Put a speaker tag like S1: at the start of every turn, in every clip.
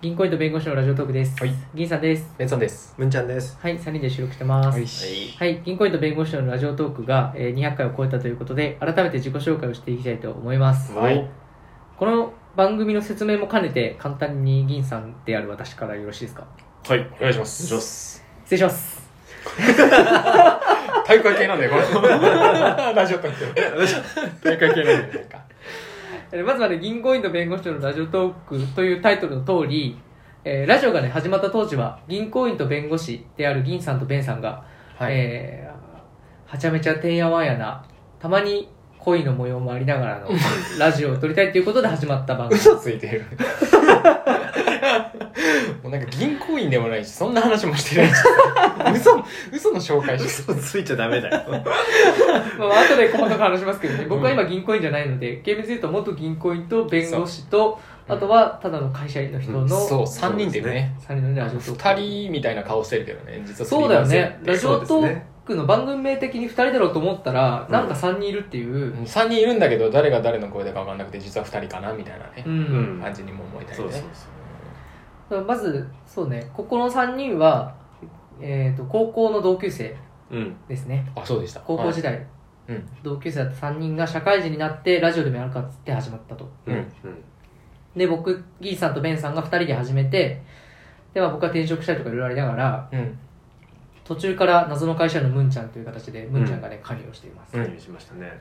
S1: 銀行員と弁護士のラジオトークです。
S2: はい
S1: 銀さんです。
S2: ベンさんです。
S3: むんちゃんです。
S1: はい、3人で収録してます。
S2: はい
S1: はい、銀行員と弁護士のラジオトークがえー200回を超えたということで、改めて自己紹介をしていきたいと思います。
S2: はい。
S1: この番組の説明も兼ねて、簡単に銀さんである私からよろしいですか
S2: はい、お願いします。
S3: ジョス。
S1: 失礼します。
S2: 体育会系なんだよ、こ れ。ラジオとって。体育会系なんだよ、なんか。
S1: えーまずはね、銀行員と弁護士のラジオトークというタイトルの通り、えーラジオがね、始まった当時は、銀行員と弁護士である銀さんと弁さんが、
S2: はい。
S1: えーはちゃめちゃてんやわんやな、たまに恋の模様もありながらのラジオを撮りたいということで始まった番組。
S2: 嘘ついてる。 もうなんか銀行員でもないし、そんな話もしてないし。 嘘、嘘の紹介し
S3: 嘘ついちゃダメだよ。
S1: まあ、後で細かく話しますけどね、僕は今銀行員じゃないので、厳密に言うと元銀行員と弁護士と、
S2: そう
S1: あとはただの会社員の人の、
S2: て。そう、
S1: 3
S2: 三人でね。
S1: 人のね、ラジオト
S2: 二
S1: ーク。
S2: 人みたいな顔してるけどね、実は
S1: そうだよね。ラジ
S3: そ
S1: オ
S3: うです
S1: ト
S3: ね
S1: ークの番組名的に2人だろうと思ったら、
S3: うん
S1: なんか3人いるっていう、
S2: 3人いるんだけど、誰が誰の声だか分かんなくて、実は2人かなみたいなね
S1: う、
S3: ん
S2: 感じにも思えたり
S3: そうそう
S2: ね。
S1: んまず、そうね、ここの3人は、えっ、と、高校の同級生
S3: そう。うん。
S1: ですね。
S2: あ、そうでした。
S1: 高校時代、
S2: 代。うん。
S1: 同級生だった3人が社会人になってラジオでもやるかっつって始まったと
S3: うん。
S1: で僕ギーさんとベンさんが2人で始めてで、まあ、僕は転職したりとかいろいろありながら
S2: うん。
S1: 途中から謎の会社のムンちゃんという形でムンちゃんがね、加入をしています、
S2: うん
S3: 何をしましたね。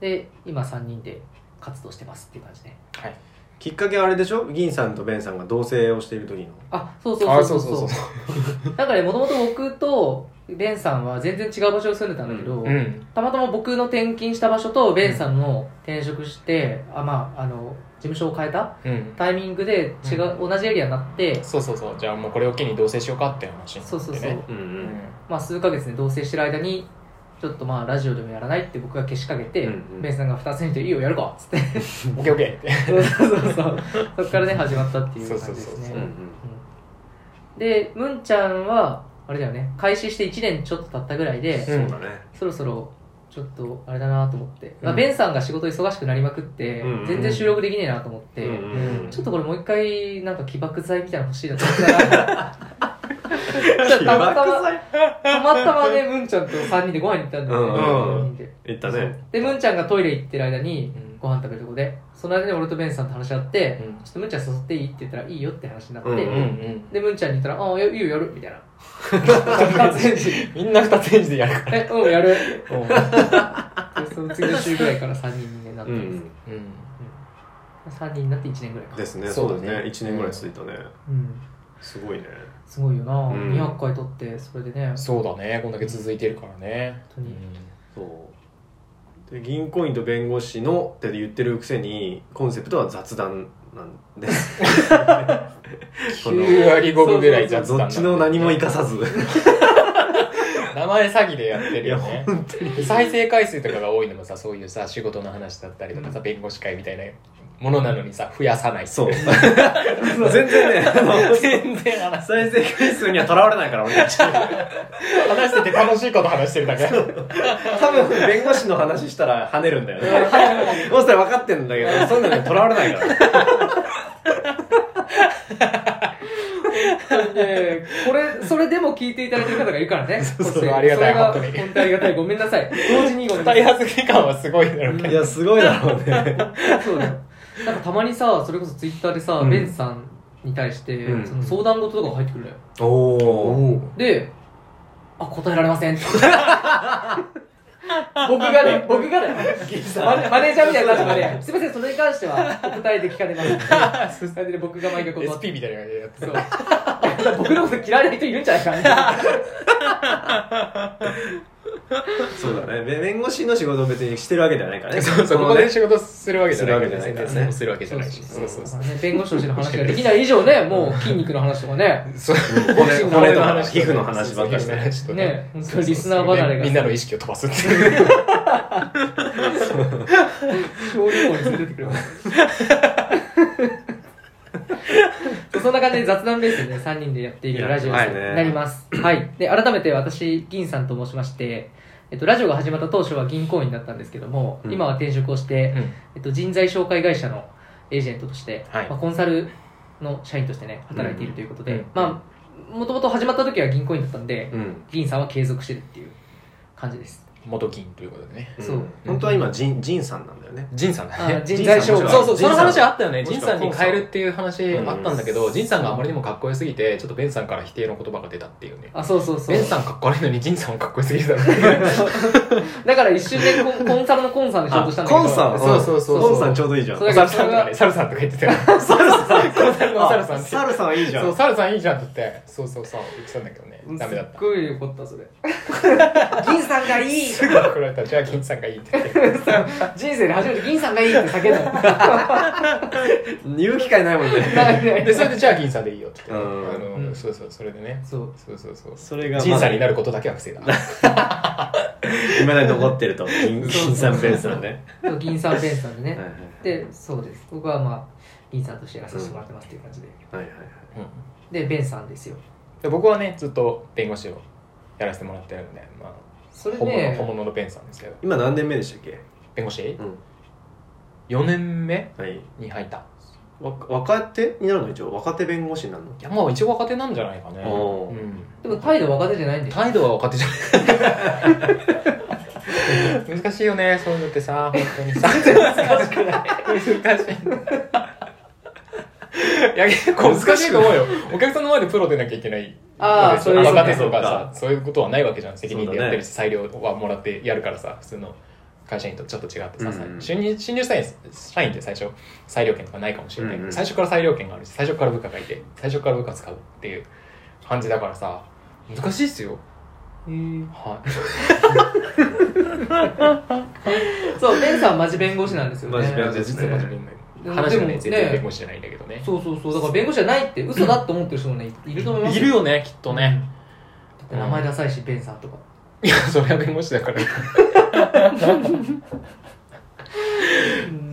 S1: で今3人で活動してますっていう感じね
S2: はい。
S3: きっかけはあれでしょ銀さんとベンさんが同棲をしている時の。
S1: あそうそ
S2: あ
S1: う
S2: そ
S1: そうう
S2: そう
S1: そ
S2: そう
S1: うそうなんかねもともと僕とベンさんは全然違う場所に住んでたんだけど、
S2: そう。うん。
S1: たまたま僕の転勤した場所とベンさんの転職して、あまああの事務所を変えた
S2: うん。
S1: タイミングで違う、同じエリアになって
S2: そうそうそうじゃあもうこれを機に同棲しようかって話になっ
S1: そ
S2: て、ね、
S1: うそうそう、
S3: うんう
S2: うん
S3: ん。
S1: まあ、数ヶ月で同棲してる間にちょっとまあラジオでもやらないって僕がけしかけて、
S3: うんうん
S1: ベンさんが2つにといいよやるかっつって
S2: オッケーオッケーって
S1: そうそうそう そっからね始まったっていう感じです
S2: そうそう
S1: ね
S2: そう
S1: うん
S3: うんん。
S1: でムンちゃんはあれだよね開始して1年ちょっと経ったぐらいで、
S3: そうだね。
S1: そろそろちょっとあれだなと思って、ま
S2: う
S1: あ、
S2: ん
S1: ベンさんが仕事忙しくなりまくって、
S3: うんうん
S1: 全然収録できねえなと思って、
S3: うんうん
S1: ちょっとこれもう一回なんか起爆剤みたいなの欲しいなと思ったら ちょっとたまたまたまたまねムンちゃんと3人でご飯に行ったんだよね、
S3: うん
S1: 三人で
S3: 言ったね。
S1: でムンちゃんがトイレ行ってる間に
S2: うん
S1: ご飯食べるとこでその間に俺とベンさんと話し合って、
S2: うん
S1: ちょっとムンちゃん誘っていいって言ったらいいよって話になって、
S3: うんう
S2: うんうん
S1: でムンちゃんに言ったら「ああいいよやる」みた いな二つ返事
S2: みんな二つ返事でやるか
S1: えうんやる
S2: らうん
S1: でその次の週ぐらいから3人になっ
S3: う
S1: てます、
S3: ん。
S1: 3人になって1年ぐらいか
S3: ですね。
S2: そ
S3: そう
S2: だ
S3: う
S2: ね
S3: だね。一年ぐらい続いたね。
S1: うん
S3: すごいね。
S1: すごいよな、
S3: うん
S1: 200回撮ってそれでね
S2: そうだねこんだけ続いてるからね
S1: 本当に
S3: そう。で銀行員と弁護士のって言ってるくせにコンセプトは雑談なん です。この
S2: 9割5分ぐらい雑談
S3: ど
S2: なん
S3: っ
S2: で
S3: ちの何も生かさず。
S2: 名前詐欺でやって
S3: い
S2: るよ
S3: や
S2: ね
S3: 本当に。
S2: 再生回数とかが多いのもさそういうさ仕事の話だったりとかさ弁護士会みたいなものなのにさ増やさない
S3: そう。 全然ね、あ の
S2: 全然話
S3: 再生回数にはとらわれないから俺たち
S2: 話してて楽しいこと話してるだけ
S3: 多分弁護士の話したら跳ねるんだよねもうそれ分かってんだけどそういうのにとらわれないから
S1: えーこれ、それでも聞いていただいてる方がいるからね。
S2: そうそう
S1: こっち
S2: ありがたい
S1: それが
S2: 本当に
S1: 本当にありがたい。ごめんなさい。同時にごめんなさ
S2: 開
S1: い。
S2: 発期間はすごいだろうけ
S3: い
S2: ど
S3: やすごいだろうね
S1: そうだよ。なんかたまにさ、それこそツイッターでさ、
S3: うん
S1: ベンさんに対して、
S3: うん
S1: その相談事とかが入ってくるのよ。
S3: おお
S1: で、あ、答えられま せん。僕がね、僕がね、マネマネージャーみたいな立場で、すみません、それに関してはお答えで聞か れます。それで僕が毎回断って。
S2: SP みたいな感じでやって
S1: そう。 僕のこと嫌いな人いるんじゃないかな。
S3: そうだねべ弁護士の仕事を別にしてるわけじゃないから ね
S2: そうそう、ここ
S3: この
S2: で
S3: ね
S2: 仕事するわけじゃない
S3: するわけじゃないからね
S2: 先生もするわけじゃないし。
S1: そ
S2: そうう
S1: そ
S2: そうう
S1: そ
S2: そうう。
S1: ね弁護士としての話ができない以上ね、もう筋肉の話とかね、
S2: そう
S3: 骨骨と話
S2: そう
S3: 皮膚の話ばっかりしてね
S2: そうそう
S1: ね本当にリスナー離れが
S2: みんなの意識を飛ばすっていう。
S1: 小旅行に連れてってくれます。 そうそんな感じで雑談ベースでね、3人でやっているラジオになります。はい。で、改めて私、銀さんと申しまして、えっと、ラジオが始まった当初は銀行員だったんですけども、
S3: うん
S1: 今は転職をして、
S2: うん
S1: えっと、人材紹介会社のエージェントとして、
S2: はい
S1: まあ、コンサルの社員としてね働いているということで、
S2: うん
S1: まあもともと始まった時は銀行員だったんで、
S3: うん
S1: 議員さんは継続してるっていう感じです
S2: 元金ということでね
S1: そうん
S3: 本当は今ジンジンさんなんだよね
S2: 仁さんだ
S1: あ
S2: ね
S1: 人材商
S3: 人材
S1: 売
S2: そうそう、
S3: ジ
S2: そ
S3: ンさん
S2: の話あったよね。ジンさんに
S3: もしくは
S2: 変えるっていう話あったんだけ
S3: う
S2: ど、
S3: ん
S2: ジンさんがあまりにもかっこよすぎて、ちょっとベンさんから否定の言葉が出たっていうね。
S1: あそうそうそう
S2: ベンさんかっこ悪いのにジンさんはかっこよすぎるだろうね
S1: だから一瞬でコンコンサルのコンさんで仕事したんだけど
S3: コンさん
S2: そうそうそう
S3: コンさんちょうどいいじゃん
S1: それ
S2: サルさんとかね、サルさんとか言ってたよね。サルさんコンサルのサルさんって。
S3: サルさんいいじゃん
S2: そう、サルさんいいじゃんって言って、そうそうそう、言ってたんだけどね。ダメだっ
S1: す
S2: た
S1: っ。ごい怒ったそれ銀さんがいい
S2: すぐ怒られた。じゃあ、銀さんがいいって言って。
S1: 人生で初めて銀さんがいいって叫んだの
S3: 言う機会ないもんね
S1: なん で
S2: で、それで、じゃあ、銀さんでいいよって言って。
S3: うん
S2: あの、
S1: うん
S2: そうそう、それでね。
S1: そう
S2: そうそうそう。
S3: それが
S2: 銀さんにな
S3: る
S2: ることだけは防いだ。
S3: いまだに残ってると銀
S1: そう
S3: 銀さんベースなんで
S1: 銀さんベンさんでね、
S3: はいはい
S1: でそうです僕はまあ銀さんとしてやらさせてもらってますっていう感じで、
S3: はいはいはい
S2: うん
S1: でベンさんですよ
S2: で僕はねずっと弁護士をやらせてもらってるんで、まあ、
S1: それ
S2: 本物
S1: ね
S2: 本物のベンさんですけど
S3: 今何年目でしたっけ
S2: 弁護士
S3: うん
S2: 4年目
S3: はい
S2: に入ったい
S3: わ若手になるの一応若手弁護士になるの
S2: やまあ一応若手なんじゃないかね、
S3: おー
S2: う
S1: でも態度若手じゃないん
S2: ん、
S1: で
S2: 態度は若手じゃない難しいよねそういうのってさ本当にさ難しくない難しいいや結構難しいと思うよお客さんの前でプロでなきゃいけない
S1: ああそういう
S2: 若手
S3: そう
S2: と
S3: か
S2: かさそういうことはないわけじゃん責任でやってるし、
S3: そ
S2: 裁量はもらってやるからさ普通の会社員とちょっと違ってさ、
S3: うんうん
S2: 新入新入社員社員って最初裁量権とかないかもしれない、
S3: うんうん
S2: 最初から裁量権があるし最初から部下がいて最初から部下使うっていう感じだからさ難しいっすよ
S1: うん
S2: は
S1: そうベンさんはマジ弁護士なんですよね
S3: マジ
S2: い
S3: 弁護士
S2: 実は真面目
S1: うん
S2: 話
S1: で
S2: はね
S1: も
S2: 全然
S1: ね
S2: 弁護士じゃないんだけどね
S1: そうそうそうだから弁護士じゃないって嘘だと思ってる人もねいると思います
S2: いるよねきっとね、
S1: だって名前ダサいしベンさんとか
S2: いやそれは弁護士だから
S1: そん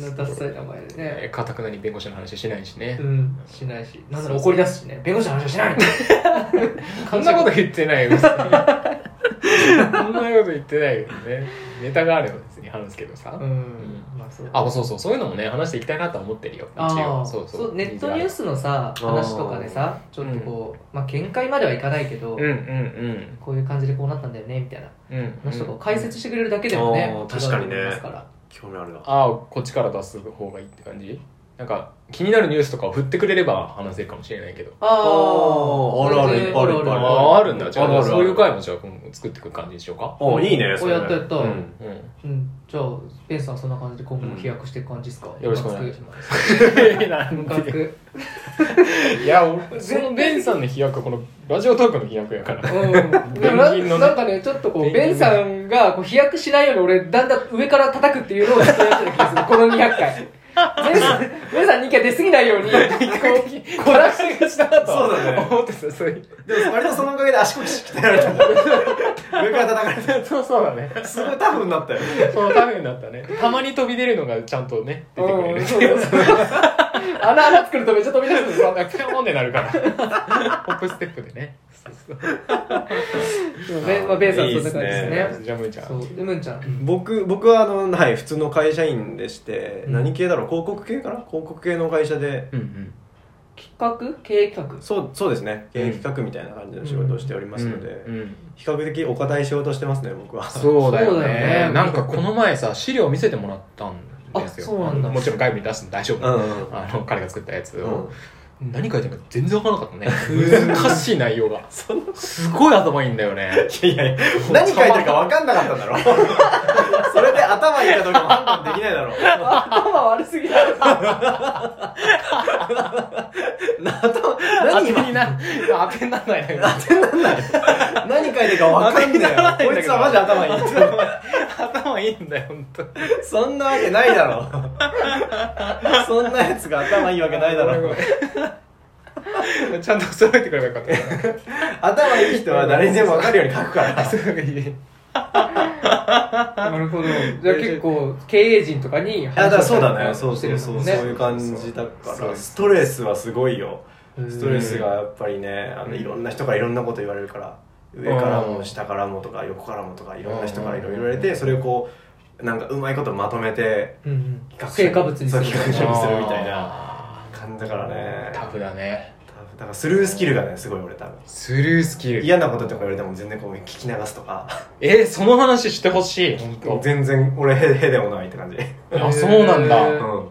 S1: なダサい名前でね
S2: かたくなに弁護士の話しないしね、
S1: うんしないしなんなら怒り出すしね弁護士の話はしない
S2: こんなこと言ってないよ別にこんなこと言ってないよねネタがあれば別に話すけどさ、
S1: うんまあそう
S2: あそうそうそういうのもね話していきたいなとは思ってるよ一
S1: あ
S2: 応
S1: ー
S2: そうそう
S1: ネットニュースのさ
S3: ー
S1: 話とかでさちょっとこう、まあ見解まではいかないけど、
S2: うんうん
S1: こういう感じでこうなったんだよねみたいな
S2: うんうん
S1: 話とかを解説してくれるだけでもね、
S3: あー確かにね
S1: 違うと思いますから
S3: 興味あるわ
S2: ああこっちから出す方がいいって感じなんか気になるニュースとかを振ってくれれば話せるかもしれないけど
S1: あ
S3: あるある
S1: 全然
S3: いっぱいあるいっぱい
S2: あ
S3: ある
S2: ああるんだじゃ
S3: あるあ
S2: あ
S3: る
S2: そういう回もじゃあ今後作っていく感じにしようか
S3: おいいねそれ
S1: おやったやった
S3: うん
S2: うん
S1: うん、じゃあペンさんはそんな感じで今後も飛躍していく感じですか、
S2: よろしくお願いし
S1: ます
S2: ますなん
S1: ムカつ
S2: で
S1: く
S2: いや俺 そのベンさんの飛躍はこのラジオトークの飛躍やから
S1: うん、でも
S2: ペンギンの
S1: なな
S2: ね
S1: んかねちょっとこう
S2: ペンギン
S1: ベンさんがこう飛躍しないように俺だんだん上から叩くっていうのをずっとやってた気がす るこの200回ベンさんベンさんに回出過ぎないようにこ うこらし
S2: がしたな
S3: そうだね
S2: 思ってたそういう
S3: でも割とそのおかげで足腰鍛えられた上から叩かれ
S2: そうそうだね
S3: たすごいタフになったよ
S2: そのためになったねたまに飛び出るのがちゃんとね出てくれる
S1: うんそうそうそう 穴穴作るとめっちゃ飛び出すん ですよ
S2: なんかピョーンってなるからホップステップでねそうそう
S1: ベンまあベンさん
S3: い
S1: そん
S3: いっ
S1: な
S3: すね
S1: 感じですね
S2: じゃあむいちゃん
S1: そうでムンちゃん
S3: 僕僕はあの、はい、普通の会社員でして、
S1: うん
S3: 何系だろう広告系かな広告系の会社で
S2: うんうん
S1: 企画経営 企画
S3: そうそうですね経営企画みたいな感じの仕事をしておりますので、
S2: うん
S3: 比較的お堅い仕事をしてますね僕は
S2: そうだよね
S1: そうだよね
S2: なんかこの前さ資料見せてもらったんですよ
S1: あそうなんだ
S2: もちろん外部に出すの大丈
S3: う
S2: 夫、
S3: んうん
S2: あの彼が作ったやつ
S3: うん
S2: を、何書いてるか全然わからなかったね難しい内容がすごい頭いいんだよね
S3: いやいや何書いてるか分かんなかったんだ ろそれで頭いいかどうかも判断できないだろ
S1: 頭悪すぎだろ
S3: な頭
S2: 当
S3: 何
S2: て
S3: 今
S2: にな当てにならないんだけど
S3: 何書いてるか分かん
S2: 当てになら
S3: な
S2: ないいんだ
S3: よこい
S2: け
S3: つ
S2: ど
S3: はマジ頭いいって
S2: 頭いいんだよ本当
S3: そんなわけないだろそんなやつが頭いいわけないだろ
S2: ちゃんと揃えてくればよかったか
S3: 頭いい人は誰にでも分かるように書く から
S2: なそういうのがいい
S1: なるほどじゃあ結構経営陣とかに
S3: いやだから
S1: を
S3: そうだね
S1: し
S3: そう
S1: て
S3: そ
S1: る
S3: うんそう、
S1: もん
S3: そういう感じだか
S2: そう
S3: ら
S2: です
S3: ストレスはすごいよ
S1: うん
S3: ストレスがやっぱりねあ
S2: うん
S3: のいろんな人からいろんなこと言われるから上からも下からもとか横からもとかいろんな人からいろいろ言われ
S2: うん
S3: てそれをこうなんかうまいことまとめて
S1: うんうん
S3: 企画書
S1: 成果物にす
S3: そう
S1: る
S3: 企画書にするみたいな
S2: あー
S3: 感じだからね
S2: タフだね
S3: タフだからスルースキルがねすごい俺多分
S2: スルースキル
S3: 嫌なこととか言われても全然こう聞き流すとか
S2: えその話してほしい本当。
S3: 全然俺へへでもないって感じ
S2: あそうなんだ
S1: へー
S3: うん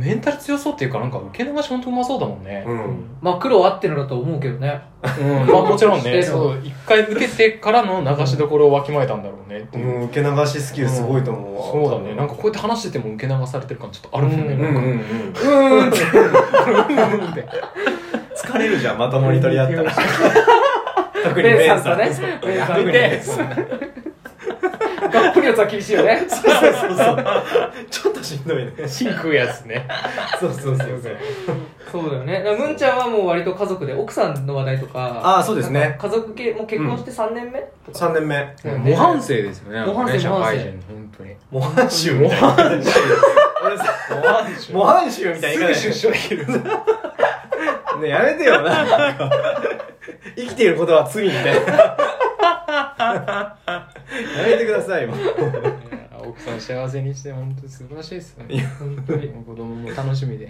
S2: メンタル強そうっていうかなんか受け流し本当うまそうだもんね
S3: うん
S1: まあ苦労あってのだと思うけどね
S2: うん、まあもちろん
S1: して
S2: ね、
S1: る
S2: そう、一回受けてからの流しどころをわきまえたんだろうねって
S3: う
S2: い
S3: ん
S2: う。
S3: 受け流しスキルすごいと思うわ
S2: そうだね、なんかこうやって話してても受け流されてる感ちょっとあるもんね。
S3: うんうん
S2: なんか
S3: うん
S2: うーんって。うんって。
S3: 疲れるじゃんまともに取り合ったら特に
S1: ベ
S3: ベ
S1: ン
S3: ン
S1: さ
S3: さ
S1: ん
S3: ん
S1: とねベンさんとねがっぷり四つは厳しいよ ね
S3: そうそうそうそうちょっとしんどいね
S2: シンクやつね。
S3: そうそうそうそう
S1: そうだよねだからむんちゃんはもう割と家族で奥さんの話題とか
S3: ああそうです
S1: なん
S3: ね
S1: か家族系もう結婚して3年目、とか
S3: 3年目
S1: うん
S2: 模範生ですよね。
S1: 模範生
S2: なんかね社
S1: 模範生
S2: 会人、本当に。
S3: 模範囚みたいな俺さ
S2: 模範生
S3: 模範囚みたい
S2: す
S3: な
S2: ぐ
S3: 言い
S2: 出
S3: 方
S2: 所できる。
S3: ねやめてよなんか生きていることは罪みたいなやめてくださいもう
S2: 奥さん幸せにして、本当に素晴らしいです
S3: い
S2: ね。
S3: や
S1: 本当に
S2: 子供も楽しみで。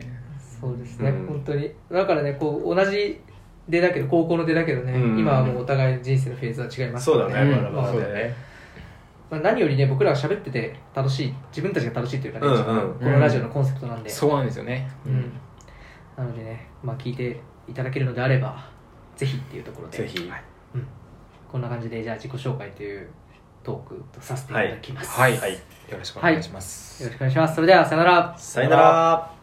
S1: そうですね、
S3: うん
S1: 本当にだからねこう同じ出だけど高校の出だけどね、
S3: うん
S1: 今はもうお互いの人生のフェーズは違います
S3: そうだ
S2: う
S3: ね
S2: ん
S3: まだまだ
S2: そうだね。
S1: まあ、何よりね僕らが喋ってて楽しい自分たちが楽しいというかね、
S3: うんうん
S1: 一番このラジオのコンセプトなんで、
S2: そうなんですよね。
S1: うん。なのでね、まあ、聞いていただけるのであればぜひっていうところで
S3: ぜひ
S1: はいうん、こんな感じでじゃあ自己紹介というトークとさせていただきます、
S2: はい。
S3: はい
S2: よろしくお願いします。
S1: よろしくお願いしますそれではさよなら
S3: さよなら